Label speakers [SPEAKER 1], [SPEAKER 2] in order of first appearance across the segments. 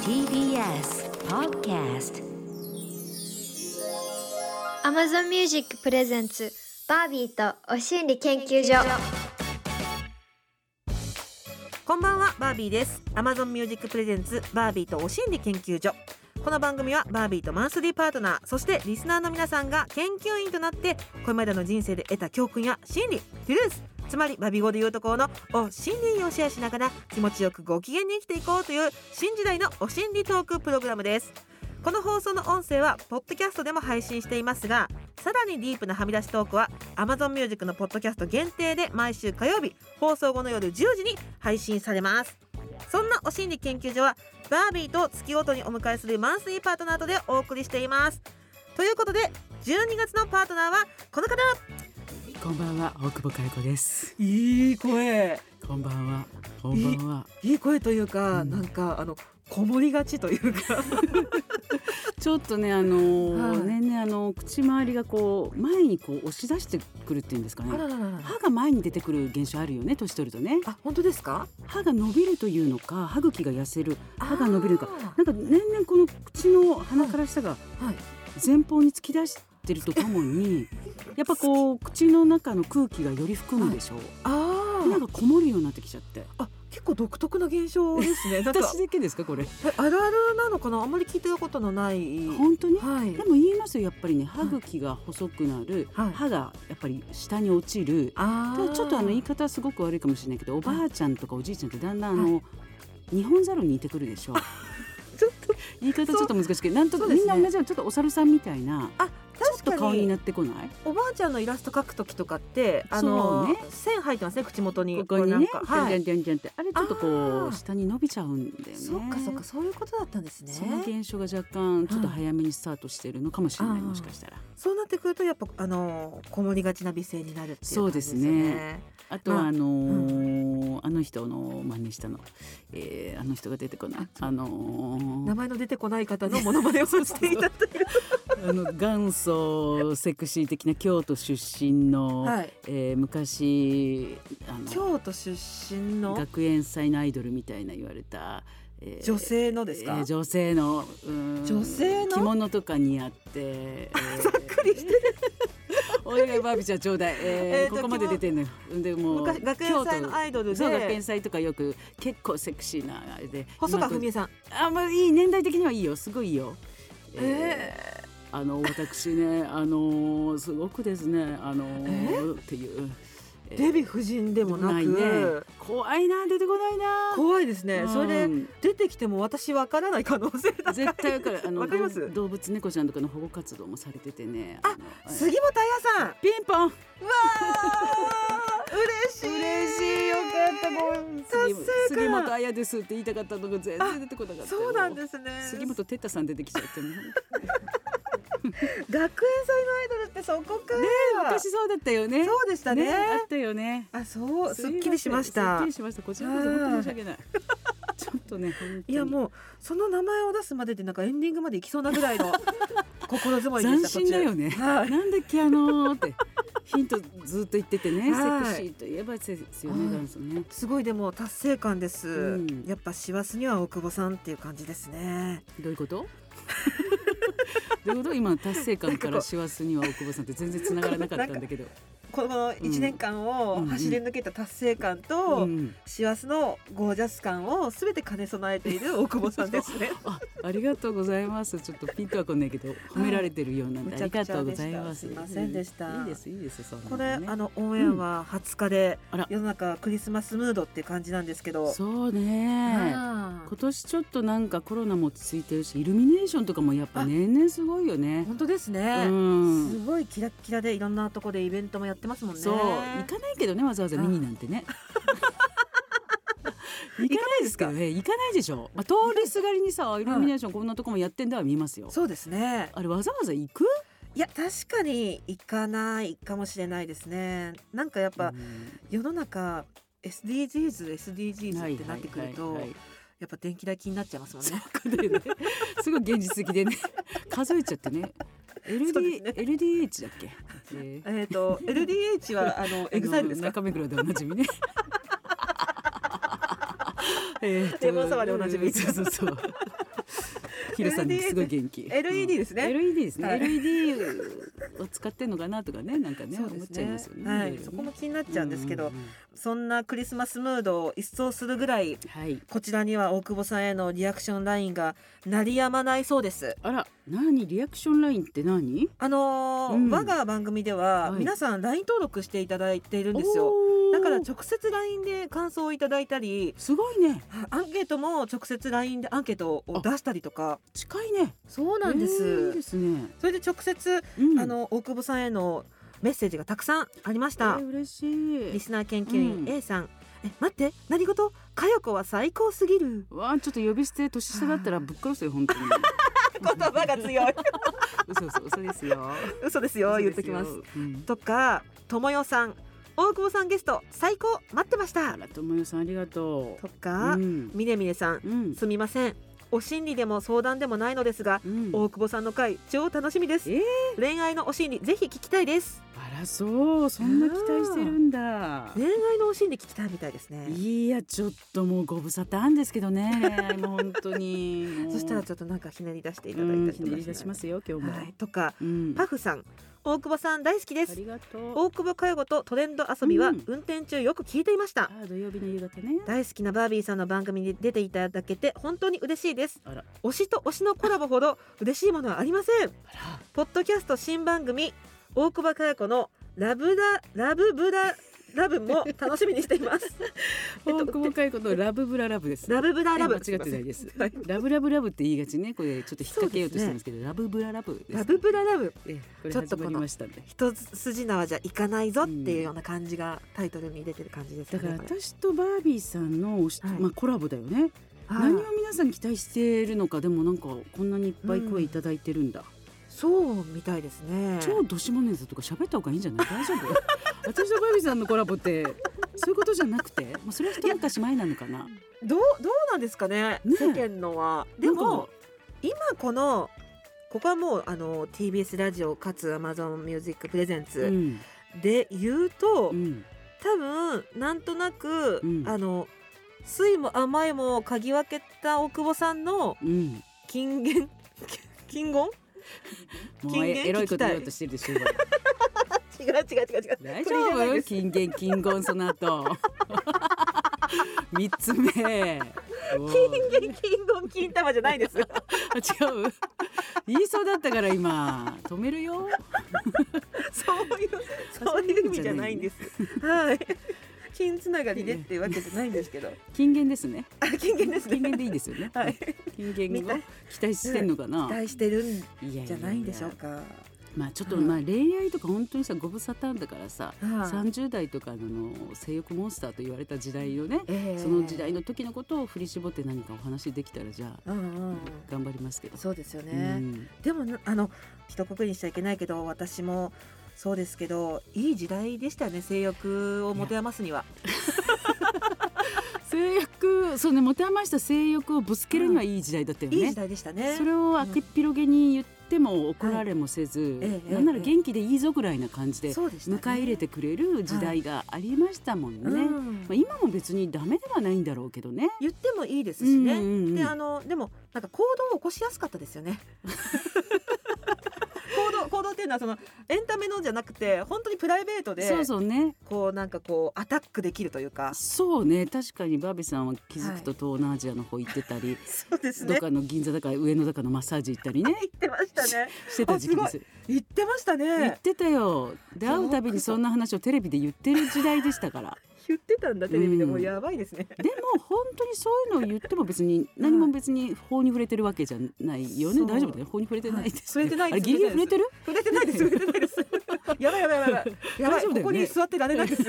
[SPEAKER 1] TBS Podcast
[SPEAKER 2] Amazon Music プレゼンツバービーとお心理研究所
[SPEAKER 3] こんばんはバービーです Amazon Music Presents バービーとお心理研究所この番組はバービーとマンスリーパートナーそしてリスナーの皆さんが研究員となってこれまでの人生で得た教訓や心理トゥルースつまりバビ語で言うところのお心理をシェアしながら気持ちよくご機嫌に生きていこうという新時代のお心理トークプログラムですこの放送の音声はポッドキャストでも配信していますがさらにディープなはみ出しトークは Amazon Music のポッドキャスト限定で毎週火曜日放送後の夜10時に配信されますそんなお心理研究所はバービーと月ごとにお迎えするマンスリーパートナーとでお送りしていますということで12月のパートナーはこの方
[SPEAKER 4] こんばんは、大久保佳代子です。
[SPEAKER 3] いい声
[SPEAKER 4] こんばんは、こんばんは。
[SPEAKER 3] いい声というか、
[SPEAKER 4] うん
[SPEAKER 3] なんかあのこもりがちというか
[SPEAKER 4] ちょっとね、あのー
[SPEAKER 3] はい
[SPEAKER 4] 年々あの口周りがこう前にこう押し出してくるっていうんですかね。
[SPEAKER 3] らら
[SPEAKER 4] 歯が前に出てくる現象あるよね、年取るとね。
[SPEAKER 3] あ本当ですか
[SPEAKER 4] 歯が伸びるというのか、歯茎が痩せる。
[SPEAKER 3] 歯
[SPEAKER 4] が伸びるかなんか年々この口の鼻から下が
[SPEAKER 3] はい
[SPEAKER 4] 前方に突き出してるとともに、やっぱこう口の中の空気がより含むでしょう。
[SPEAKER 3] あ
[SPEAKER 4] な
[SPEAKER 3] ー
[SPEAKER 4] んかこもるようになってきちゃって。
[SPEAKER 3] あ結構独特な現象ですねなん か
[SPEAKER 4] 私だけですか、これ。
[SPEAKER 3] えあるあるなのかなあんまり聞いてたことのない
[SPEAKER 4] 本当に。
[SPEAKER 3] はい
[SPEAKER 4] でも言いますよやっぱりね歯茎が細くなる、
[SPEAKER 3] はい
[SPEAKER 4] 歯がやっぱり下に落ちる、
[SPEAKER 3] あ
[SPEAKER 4] た
[SPEAKER 3] ー
[SPEAKER 4] だちょっとあの言い方はすごく悪いかもしれないけどおばあちゃんとかおじいちゃんってだんだんあの、日本猿に似てくるでしょ
[SPEAKER 3] ちょっと
[SPEAKER 4] 言い方ちょっと難しくてなんと
[SPEAKER 3] そうです
[SPEAKER 4] み
[SPEAKER 3] ね
[SPEAKER 4] んな同じようにちょっとお猿さんみたいな
[SPEAKER 3] あ
[SPEAKER 4] ちょっと
[SPEAKER 3] 確
[SPEAKER 4] 顔
[SPEAKER 3] か
[SPEAKER 4] に
[SPEAKER 3] に
[SPEAKER 4] なってこない
[SPEAKER 3] おばあちゃんのイラスト描く時とかってあの、
[SPEAKER 4] そうね
[SPEAKER 3] 線入ってますね口元に
[SPEAKER 4] ここに
[SPEAKER 3] うなん
[SPEAKER 4] ね
[SPEAKER 3] か
[SPEAKER 4] じゃん
[SPEAKER 3] は
[SPEAKER 4] じゃ
[SPEAKER 3] い
[SPEAKER 4] んじゃんじゃんってあれちょっとこ
[SPEAKER 3] あー
[SPEAKER 4] う下に伸びちゃうんだよね
[SPEAKER 3] そっかそっかそういうことだったんですね
[SPEAKER 4] その現象が若干ちょっと早めにスタートしてるのかもしれない、
[SPEAKER 3] うん
[SPEAKER 4] もしかしたら
[SPEAKER 3] そうなってくるとやっぱあのこもりがちな美声になるっていう
[SPEAKER 4] そう
[SPEAKER 3] 感じ
[SPEAKER 4] で
[SPEAKER 3] です
[SPEAKER 4] す
[SPEAKER 3] よ
[SPEAKER 4] ね
[SPEAKER 3] ね
[SPEAKER 4] あとは
[SPEAKER 3] まあ
[SPEAKER 4] あのーあの人の真似したの、えー、あの人が出てこないあの
[SPEAKER 3] 名
[SPEAKER 4] ー、
[SPEAKER 3] 前の出てこない方のモノマネをしていた という
[SPEAKER 4] あの元祖セクシー的な京都出身の、
[SPEAKER 3] はい
[SPEAKER 4] えー昔あの
[SPEAKER 3] 京都出身の
[SPEAKER 4] 学園祭のアイドルみたいな言われた、えー
[SPEAKER 3] 女性のですか、
[SPEAKER 4] えー女性のうーん
[SPEAKER 3] 女性の
[SPEAKER 4] 着物とか似合 って、えー お願いバービーちゃんちょうだい、えー
[SPEAKER 3] えーと
[SPEAKER 4] ここまで出てんのよでもう
[SPEAKER 3] 昔学園祭のアイドルで
[SPEAKER 4] そう学園祭とかよく結構セクシーなあれで
[SPEAKER 3] 細川
[SPEAKER 4] うまく
[SPEAKER 3] 文江さん
[SPEAKER 4] あまあいい年代的にはいいよすごいいいよ、え
[SPEAKER 3] え
[SPEAKER 4] ーあの私ねあのーすごくですねあのーっていう、え
[SPEAKER 3] ー
[SPEAKER 4] ー
[SPEAKER 3] デヴィ夫人でもなく
[SPEAKER 4] ないね怖いな出てこないな
[SPEAKER 3] 怖いです
[SPEAKER 4] う
[SPEAKER 3] ね、
[SPEAKER 4] ん
[SPEAKER 3] それで出てきても私わからない可能性だ
[SPEAKER 4] 絶対わかるあの
[SPEAKER 3] わかります
[SPEAKER 4] 動動物猫ちゃんとかの保護活動もされててね
[SPEAKER 3] あ
[SPEAKER 4] の
[SPEAKER 3] 杉本彩さん
[SPEAKER 4] ピンポン
[SPEAKER 3] わあ嬉しい
[SPEAKER 4] 嬉しいよかったごめん
[SPEAKER 3] 達
[SPEAKER 4] 杉
[SPEAKER 3] 成感
[SPEAKER 4] 杉本彩ですって言いたかったのが全然出てこなかった
[SPEAKER 3] そうなん
[SPEAKER 4] す
[SPEAKER 3] ですね
[SPEAKER 4] 杉本哲太さん出てきちゃって もう
[SPEAKER 3] 学園祭のアイドルってそこかね
[SPEAKER 4] 昔そうだったよね
[SPEAKER 3] そうでしたね
[SPEAKER 4] あったよね
[SPEAKER 3] あそうす
[SPEAKER 4] いませ
[SPEAKER 3] っ
[SPEAKER 4] ん
[SPEAKER 3] きりしまし
[SPEAKER 4] す
[SPEAKER 3] た
[SPEAKER 4] っきりしましたこちらこそ本当に申し訳ないちょっとね本当
[SPEAKER 3] い
[SPEAKER 4] に
[SPEAKER 3] やもうその名前を出すまででなんかエンディングまでいきそうなぐ らいの心づもりでし
[SPEAKER 4] 斬新
[SPEAKER 3] た
[SPEAKER 4] だよね
[SPEAKER 3] 途中はい
[SPEAKER 4] なんだっけあのーってヒントずっと言っててね、
[SPEAKER 3] はい
[SPEAKER 4] セクシーといえばですよね、
[SPEAKER 3] はい
[SPEAKER 4] 元祖ね
[SPEAKER 3] すごいでも達成感です、
[SPEAKER 4] うん
[SPEAKER 3] やっぱ師走には大久保さんっていう感じですね
[SPEAKER 4] どういうことどういうこと今の達成感か
[SPEAKER 3] なん
[SPEAKER 4] ら
[SPEAKER 3] か
[SPEAKER 4] 師走には大久保さんって全然繋がらなかったんだけど、
[SPEAKER 3] この1年間を走り抜けた達成感
[SPEAKER 4] う
[SPEAKER 3] と、
[SPEAKER 4] ん、
[SPEAKER 3] 師走のゴージャス感をすべて兼ね備えている大久保さん ですね。
[SPEAKER 4] あありがとうございますちょっとピンとはこないけど褒められてるようなんで、
[SPEAKER 3] はい
[SPEAKER 4] ありがとうございます
[SPEAKER 3] むちゃくちゃでしたすいませんでした
[SPEAKER 4] うんいいですいいですそんな
[SPEAKER 3] こ
[SPEAKER 4] の
[SPEAKER 3] れ
[SPEAKER 4] ね
[SPEAKER 3] あのオンエアは20日で、
[SPEAKER 4] あら
[SPEAKER 3] 世の中クリスマスムードって感じなんですけど。
[SPEAKER 4] そうね
[SPEAKER 3] あ
[SPEAKER 4] 今年ちょっとなんかコロナも落ち着いてるしイルミネーションとかもやっぱ年々すごいよ
[SPEAKER 3] ー
[SPEAKER 4] ね。
[SPEAKER 3] 本当ですね、
[SPEAKER 4] うん
[SPEAKER 3] すごいキラッキラでいろんなとこでイベントもやってますもんね。
[SPEAKER 4] そう行かないけどねわざわざ見になんてね。 行かないですけどね行かないでしょ、まあ、通りすがりにさイルミネーションこんなとこもやってんだは見ますよ
[SPEAKER 3] そうですね。
[SPEAKER 4] あれわざわざ行く
[SPEAKER 3] いや確かに行かないかもしれないですね。なんかやっぱ、
[SPEAKER 4] うん
[SPEAKER 3] 世の中 SDGs SDGs ってなってくると、
[SPEAKER 4] はいはいはいはい
[SPEAKER 3] やっぱ電気代気になっちゃいますもんね。
[SPEAKER 4] だよねすごい 現実的でね数えちゃってね LD
[SPEAKER 3] そう
[SPEAKER 4] LDH だっけ、えー
[SPEAKER 3] えっ と LDH はあのエグザイルですか
[SPEAKER 4] 中目黒でおなじみね。 えーと
[SPEAKER 3] レモンサワーでおなじみ
[SPEAKER 4] そうそうそう。ヒロさんすごい元気
[SPEAKER 3] LED ですね
[SPEAKER 4] LED ですね、
[SPEAKER 3] はい
[SPEAKER 4] LED を使ってんのかなとかねなんかね
[SPEAKER 3] そう
[SPEAKER 4] 思っ
[SPEAKER 3] で
[SPEAKER 4] ちゃいます
[SPEAKER 3] す
[SPEAKER 4] よ
[SPEAKER 3] ね
[SPEAKER 4] ね
[SPEAKER 3] は
[SPEAKER 4] ろ
[SPEAKER 3] いい
[SPEAKER 4] ろね
[SPEAKER 3] そこも気になっちゃうんですけど、
[SPEAKER 4] ううんうん
[SPEAKER 3] そんなクリスマスムードを一掃するぐらい
[SPEAKER 4] はい
[SPEAKER 3] こちらには大久保さんへのリアクションラインが鳴りやまないそうです
[SPEAKER 4] あら何リアクションラインって何
[SPEAKER 3] あのー
[SPEAKER 4] うん
[SPEAKER 3] 我が番組では
[SPEAKER 4] はい
[SPEAKER 3] 皆さん LINE 登録していただいているんですよ
[SPEAKER 4] おー
[SPEAKER 3] だから直接 LINE で感想をいただいたり
[SPEAKER 4] すごいね
[SPEAKER 3] アンケートも直接 LINE でアンケートを出したりとか
[SPEAKER 4] 近いね
[SPEAKER 3] そうなんで
[SPEAKER 4] えーいいで
[SPEAKER 3] す
[SPEAKER 4] すね、
[SPEAKER 3] それで直接
[SPEAKER 4] うん、
[SPEAKER 3] あの大久保さんへのメッセージがたくさんありまし
[SPEAKER 4] え
[SPEAKER 3] た
[SPEAKER 4] ー嬉しい
[SPEAKER 3] リスナー研究員
[SPEAKER 4] うん
[SPEAKER 3] A さん、え待って何事かよこは最高すぎる
[SPEAKER 4] わあちょっと呼び捨て年下だったらぶっ殺すよ本当に
[SPEAKER 3] 言葉が強い
[SPEAKER 4] 嘘嘘嘘ですよ
[SPEAKER 3] 嘘ですよ言っときます
[SPEAKER 4] 嘘ですようん
[SPEAKER 3] とかともよさん大久保さんゲスト最高待ってまし
[SPEAKER 4] あ
[SPEAKER 3] た
[SPEAKER 4] らともよさんありがと
[SPEAKER 3] と
[SPEAKER 4] う
[SPEAKER 3] か
[SPEAKER 4] う、ん
[SPEAKER 3] みねみねさん
[SPEAKER 4] うん
[SPEAKER 3] すみませんお心理でも相談でもないのですが
[SPEAKER 4] うん
[SPEAKER 3] 大久保さんの回超楽しみです、
[SPEAKER 4] え
[SPEAKER 3] 恋愛のお心理ぜひ聞きたいです
[SPEAKER 4] あらそうそんな期待してるんだ
[SPEAKER 3] 恋愛のお心理聞きたいみたいですね
[SPEAKER 4] いやちょっともうご無沙汰なんですけどね恋 愛も本当にもう
[SPEAKER 3] そしたらちょっとなんかひねり出していた
[SPEAKER 4] う
[SPEAKER 3] だい
[SPEAKER 4] ん
[SPEAKER 3] た
[SPEAKER 4] ひねり
[SPEAKER 3] り
[SPEAKER 4] 出
[SPEAKER 3] と
[SPEAKER 4] し
[SPEAKER 3] か
[SPEAKER 4] ま
[SPEAKER 3] し
[SPEAKER 4] すよ今日
[SPEAKER 3] て
[SPEAKER 4] も、
[SPEAKER 3] はいとか
[SPEAKER 4] うん
[SPEAKER 3] パフさん大久保さん大好きで
[SPEAKER 4] あ
[SPEAKER 3] す
[SPEAKER 4] りがとう
[SPEAKER 3] 大久保佳代子とトレンド遊びは
[SPEAKER 4] うん
[SPEAKER 3] 運転中よく聞いていました、
[SPEAKER 4] あ土曜日の夕方ね
[SPEAKER 3] 大好きなバービーさんの番組に出ていただけて本当に嬉しいです
[SPEAKER 4] あら
[SPEAKER 3] 推しと推しのコラボほど嬉しいものはありません
[SPEAKER 4] あ
[SPEAKER 3] ポッドキャスト新番組大久保佳代子のラブララブブララブも楽しみにしています
[SPEAKER 4] ら大久保佳代子のラブブララブです
[SPEAKER 3] ラブブララブ
[SPEAKER 4] 間違ってないです
[SPEAKER 3] はい
[SPEAKER 4] ラブラブラブって言いがちねこれちょっと引っ掛けようとしてますけどラブブララブです
[SPEAKER 3] ラブブララブ
[SPEAKER 4] ええこれ
[SPEAKER 3] ちょっ
[SPEAKER 4] 始
[SPEAKER 3] と
[SPEAKER 4] ま
[SPEAKER 3] この
[SPEAKER 4] りましたんで
[SPEAKER 3] 一筋縄じゃいかないぞっていうような感じがタイトルに出てる感じです
[SPEAKER 4] だ
[SPEAKER 3] ね
[SPEAKER 4] から
[SPEAKER 3] これ
[SPEAKER 4] 私とバービーさんのおし、
[SPEAKER 3] はい
[SPEAKER 4] まあコラボだよね
[SPEAKER 3] はい
[SPEAKER 4] 何を皆さん期待しているのかでもなんかこんなにいっぱい声いただいてるんだ、
[SPEAKER 3] そうみたいですね
[SPEAKER 4] 超どしもねずとか喋った方がいいんじゃない大丈夫私とバービーさんのコラボってそういうことじゃなくて、まあ、それは一昔前なのかな
[SPEAKER 3] どうどうなんですかね
[SPEAKER 4] ね
[SPEAKER 3] 世間のはで
[SPEAKER 4] なんか
[SPEAKER 3] も今このここはもうあの TBS ラジオかつ AmazonMusic プレゼン
[SPEAKER 4] う
[SPEAKER 3] ツ
[SPEAKER 4] ん
[SPEAKER 3] で言うと、
[SPEAKER 4] うん
[SPEAKER 3] 多分なんとなく、
[SPEAKER 4] うん
[SPEAKER 3] あの酸いも甘いも嗅ぎ分けた大久保さんの
[SPEAKER 4] うん
[SPEAKER 3] 金言 金言
[SPEAKER 4] も
[SPEAKER 3] 金
[SPEAKER 4] う
[SPEAKER 3] 言聞きたい
[SPEAKER 4] エロいこと言おうとしてるでしょ今
[SPEAKER 3] 違う違う違う違
[SPEAKER 4] 大
[SPEAKER 3] うこれじゃない
[SPEAKER 4] 丈
[SPEAKER 3] で
[SPEAKER 4] 夫
[SPEAKER 3] す
[SPEAKER 4] 金言金言その後三つ目おー
[SPEAKER 3] 金言金言金玉じ ゃないです
[SPEAKER 4] あ違う言いそうだったから今止めるよ
[SPEAKER 3] そういうそういう意味じゃないんですはい金つながりでっていうわけじゃないんですけど
[SPEAKER 4] 金言ですね
[SPEAKER 3] あ金言ですね
[SPEAKER 4] 金言でいいですよね、
[SPEAKER 3] はい
[SPEAKER 4] 金言
[SPEAKER 3] み
[SPEAKER 4] を
[SPEAKER 3] たい
[SPEAKER 4] 期待してんのかな
[SPEAKER 3] 期、待してるん
[SPEAKER 4] いやいやや
[SPEAKER 3] じゃないんでしょうか。
[SPEAKER 4] まあちょっと
[SPEAKER 3] うん
[SPEAKER 4] まあ恋愛とか本当にさご無沙汰だからさ、
[SPEAKER 3] はい
[SPEAKER 4] 30代とかの性欲モンスターと言われた時代のね、その時代。の時のことを振り絞って何かお話できたらじゃあ
[SPEAKER 3] うんうんうん。
[SPEAKER 4] 頑張りますけど。
[SPEAKER 3] そうですよね。
[SPEAKER 4] うん
[SPEAKER 3] でもなあの一括りにしちゃいけないけど私もそうですけどいい時代でしたね性欲を持て余すには。
[SPEAKER 4] 性欲そうね持て余した性欲をぶつけるにはいい時代だったよね。
[SPEAKER 3] いい時代でしたね。
[SPEAKER 4] それをあけっぴろげに言っても怒られもせず、
[SPEAKER 3] ええええ
[SPEAKER 4] なんなら元気でいいぞぐらいな感じで
[SPEAKER 3] そうでし
[SPEAKER 4] 迎
[SPEAKER 3] た
[SPEAKER 4] え入れてくれる時代がありましたもんね。
[SPEAKER 3] う
[SPEAKER 4] ま
[SPEAKER 3] ん
[SPEAKER 4] あ、今も別にダメではないんだろうけどね。
[SPEAKER 3] 言ってもいいですしね。
[SPEAKER 4] うんうんうん
[SPEAKER 3] であのでもなんか行動を起こしやすかったです よね。行動行動っていうのはそのエンタメのじゃなくて本当にプライベートで
[SPEAKER 4] そうそうね
[SPEAKER 3] こうなんかこうアタックできるというか。
[SPEAKER 4] そうね確かにバービーさんは気づくと東南アジアの方行ってたり、
[SPEAKER 3] そう です
[SPEAKER 4] ど
[SPEAKER 3] ね
[SPEAKER 4] っ。かの銀座だか上野だかのマッサージ行ったりね
[SPEAKER 3] 言ってましたね。
[SPEAKER 4] してた時期です
[SPEAKER 3] 言ってました
[SPEAKER 4] 言っ
[SPEAKER 3] ね。
[SPEAKER 4] てたよで会うたびにそんな話をテレビで言ってる時代でしたから
[SPEAKER 3] 言ってたんだテレビでも
[SPEAKER 4] うん
[SPEAKER 3] やばいですね。
[SPEAKER 4] でも本当にそういうのを言っても別に何も別に法に触れてるわけじゃないよね、
[SPEAKER 3] そう
[SPEAKER 4] 大丈夫だね法に触れてないです、
[SPEAKER 3] 触れてない
[SPEAKER 4] あ
[SPEAKER 3] で
[SPEAKER 4] れ
[SPEAKER 3] す
[SPEAKER 4] ギリギリ触れてる
[SPEAKER 3] 触れてないです触れてないです やばいやばいやばいやばいやば
[SPEAKER 4] 大丈夫だ
[SPEAKER 3] い、
[SPEAKER 4] よね
[SPEAKER 3] ここに座ってられないです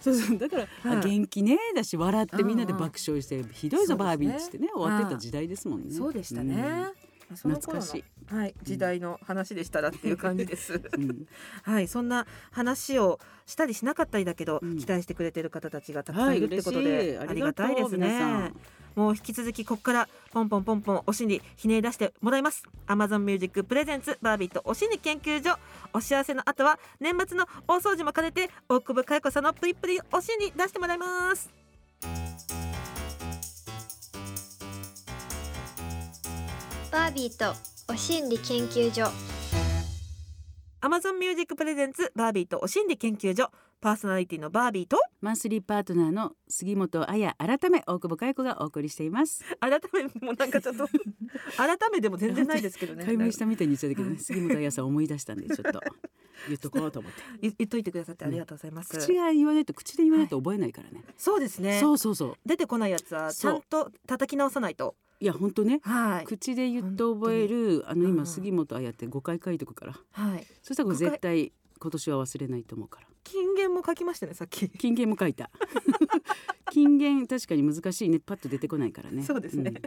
[SPEAKER 4] そうそう だから、あ
[SPEAKER 3] はい
[SPEAKER 4] 元気ねだし笑ってみんなで
[SPEAKER 3] うんうん
[SPEAKER 4] 爆笑して、ひどいぞ
[SPEAKER 3] そうですね
[SPEAKER 4] バービーっつってね終わってた時代ですもんねうん
[SPEAKER 3] その
[SPEAKER 4] 懐か
[SPEAKER 3] 頃の
[SPEAKER 4] しい、
[SPEAKER 3] はい時代の話でしたらっていう感じです
[SPEAKER 4] うん、
[SPEAKER 3] はいそんな話をしたりしなかったりだけど、
[SPEAKER 4] うん
[SPEAKER 3] 期待してくれてる方たちがたくさんいるってこと
[SPEAKER 4] 嬉し
[SPEAKER 3] で、
[SPEAKER 4] い
[SPEAKER 3] ありがたいです
[SPEAKER 4] 皆さ
[SPEAKER 3] ね
[SPEAKER 4] ん
[SPEAKER 3] もう引き続きここからポンポンポンポンお心理ひねり出してもらいます Amazon Music プレゼンツバービーとお心理研究所お幸せの後は年末の大掃除も兼ねて大久保佳代子さんのプリプリお心理出してもらいます
[SPEAKER 2] バービーとお心理研究所
[SPEAKER 3] Amazon Music Presents バービーとお心理研究所パーソナリティのバービーと
[SPEAKER 4] マンスリーパートナーの杉本彩改め大久保佳代子がお送りしています。
[SPEAKER 3] 改めもうなんかちょ っと改めでも全然ないですけど ね
[SPEAKER 4] 解明したみたいに言っちゃったけどね、杉本彩さん思い出したんでちょっと言っとこうと 思って。
[SPEAKER 3] 言言っといてくださってありがとうございます、
[SPEAKER 4] 口が言わないと口で言わないと覚えないからね。
[SPEAKER 3] そうですね
[SPEAKER 4] そうそうそう。
[SPEAKER 3] 出てこないやつはちゃんと叩き直さないと
[SPEAKER 4] いや本当ね。
[SPEAKER 3] はい
[SPEAKER 4] 口で言って覚えるあの
[SPEAKER 3] うん
[SPEAKER 4] 今杉本彩って5回書いとくから、
[SPEAKER 3] はい
[SPEAKER 4] そしたらこれ絶対今年は忘れないと思うから
[SPEAKER 3] 金言も書きましたねさっき
[SPEAKER 4] 金言も書いた 金言確かに難しいねパッと出てこないからね
[SPEAKER 3] そうですね
[SPEAKER 4] ん